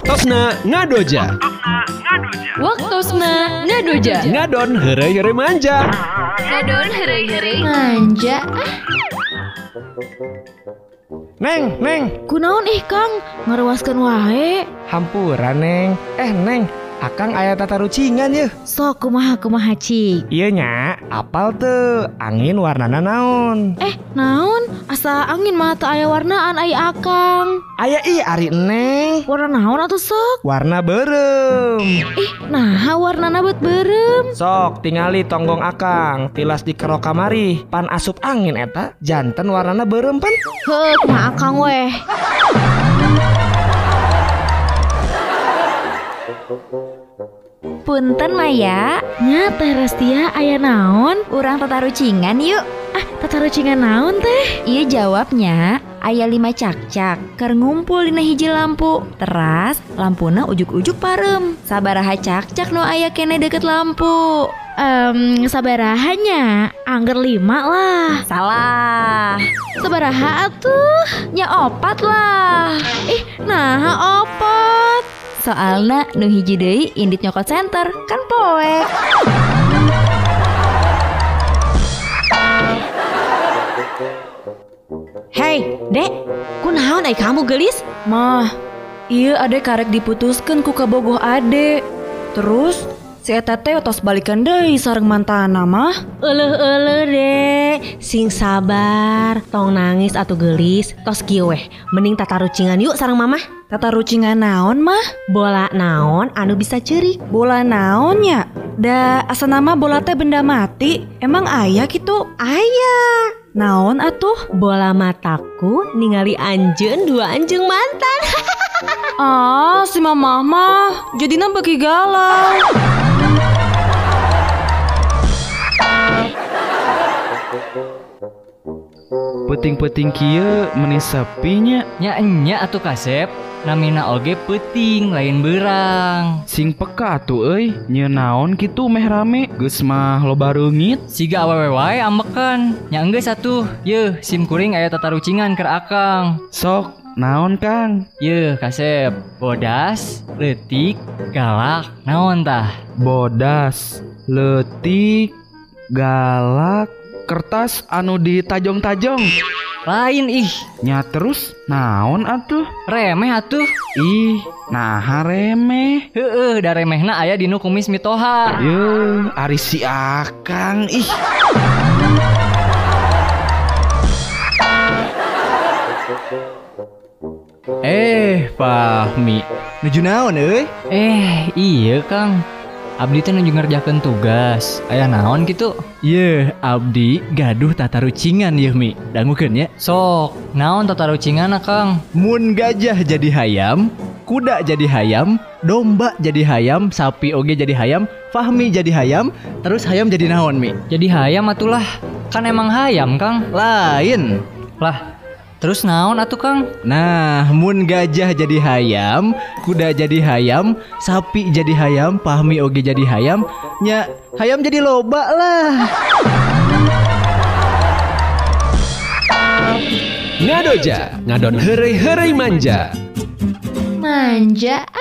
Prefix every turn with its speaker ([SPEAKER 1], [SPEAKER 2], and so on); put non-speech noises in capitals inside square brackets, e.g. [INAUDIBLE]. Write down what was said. [SPEAKER 1] Waktosna ngadoja.
[SPEAKER 2] Waktosna ngadoja
[SPEAKER 1] Ngadon heureuy-heureuy manja.
[SPEAKER 2] Ngadon herei-herei manja ah,
[SPEAKER 3] Neng, neng,
[SPEAKER 2] Kunaon ih Kang ngaruaskeun wae
[SPEAKER 3] hampura neng. Eh neng, akang ayah tata rucingan ya.
[SPEAKER 2] Sok kumaha kumaha cik
[SPEAKER 3] Iya nya, apal tuh angin warnana naon.
[SPEAKER 2] Eh naon asa angin mah teu aya warnaan aya Akang
[SPEAKER 3] Ayah i ari neng,
[SPEAKER 2] Warna naon atuh sok
[SPEAKER 3] warna berem.
[SPEAKER 2] Ih naha warnana beut beureum
[SPEAKER 3] Sok tingali tonggong akang, tilas di kerok kamari, pan asup angin eta, janten warnana berem pan.
[SPEAKER 2] Heuh kumaha Akang weh
[SPEAKER 4] Punten Maya,
[SPEAKER 2] Nya teh Restia aya naon
[SPEAKER 4] urang tatarucingan yuk.
[SPEAKER 2] Ah tata rucingan naon teh
[SPEAKER 4] Iya jawabnya, aya lima cak-cak, keur ngumpul dina hiji lampu. Teras, lampuna ujuk-ujuk parem. Sabaraha cak-cak no aya kene deket lampu.
[SPEAKER 2] Em sabarahanya angger lima lah
[SPEAKER 4] Salah.
[SPEAKER 2] Sabaraha atuh
[SPEAKER 4] Nya opat lah.
[SPEAKER 2] Ih naha opat
[SPEAKER 4] Soalna nu hiji deui indit nyokot center, kan poek. Hei, Dek, kunaon ai kamu gelis? Mah, iya ade karek diputuskeun ku kabogoh ade. Terus si eta teh otos balikan deui sareng mantana mah.
[SPEAKER 5] Eleh-eleh deh, sing sabar, tong nangis atau gelis, tos kieu weh. Mending tata rucingan yuk sarang mamah.
[SPEAKER 4] Tata rucingan naon mah?
[SPEAKER 5] Bola naon anu bisa cerik.
[SPEAKER 4] Bola naonnya? Da asa nama bola teh benda mati. Emang ayah gitu? Ayah. Naon atuh?
[SPEAKER 5] Bola mataku ningali anjeun dua anjing mantan. [LAUGHS]
[SPEAKER 4] Ah, si mamah mah jadinya bagi galau.
[SPEAKER 6] Peting-peting kia menisapinya
[SPEAKER 7] Nya enya atuh kasep, namina oge peting lain berang.
[SPEAKER 6] sing peka tuh euy Nya naon kitu meh rame geus mah lo barengit
[SPEAKER 7] Siga awewe wae ambekan. Nya engge satu, ye sim kuring aya tata rucingan ker akang.
[SPEAKER 6] sok naon Kang
[SPEAKER 7] Ye kasep, bodas, letik, galak, naon tah.
[SPEAKER 6] bodas letik galak kertas anu ditajong-tajong
[SPEAKER 7] Lain ih,
[SPEAKER 6] nya terus naon atuh
[SPEAKER 7] remeh atuh.
[SPEAKER 6] ih nah remeh
[SPEAKER 7] Heueuh, da remehna aya dinu kumis mitoha.
[SPEAKER 6] Yeuh, ari si Akang ih
[SPEAKER 7] Eh, Fahmi.
[SPEAKER 3] Nuju naon euy?
[SPEAKER 7] Eh, iya Kang. Abdi teh nunjuk ngerjakeun tugas. Aya naon gitu? Ye, Abdi gaduh tata rucingan yeuh Mi. Dangukeun ya. Sok, naon tata rucingan Kang? Mun gajah jadi hayam, kuda jadi hayam, domba jadi hayam, sapi oge jadi hayam, Fahmi jadi hayam, terus hayam jadi naon Mi? Jadi hayam atulah. Kan emang hayam Kang. Lain. Lah, Terus naon atuh Kang? Nah, mun gajah jadi hayam, kuda jadi hayam, sapi jadi hayam, pahmi oge jadi hayam, nya hayam jadi loba lah.
[SPEAKER 1] Ngadoja ngadon heureuy-heureuy manja.
[SPEAKER 2] manja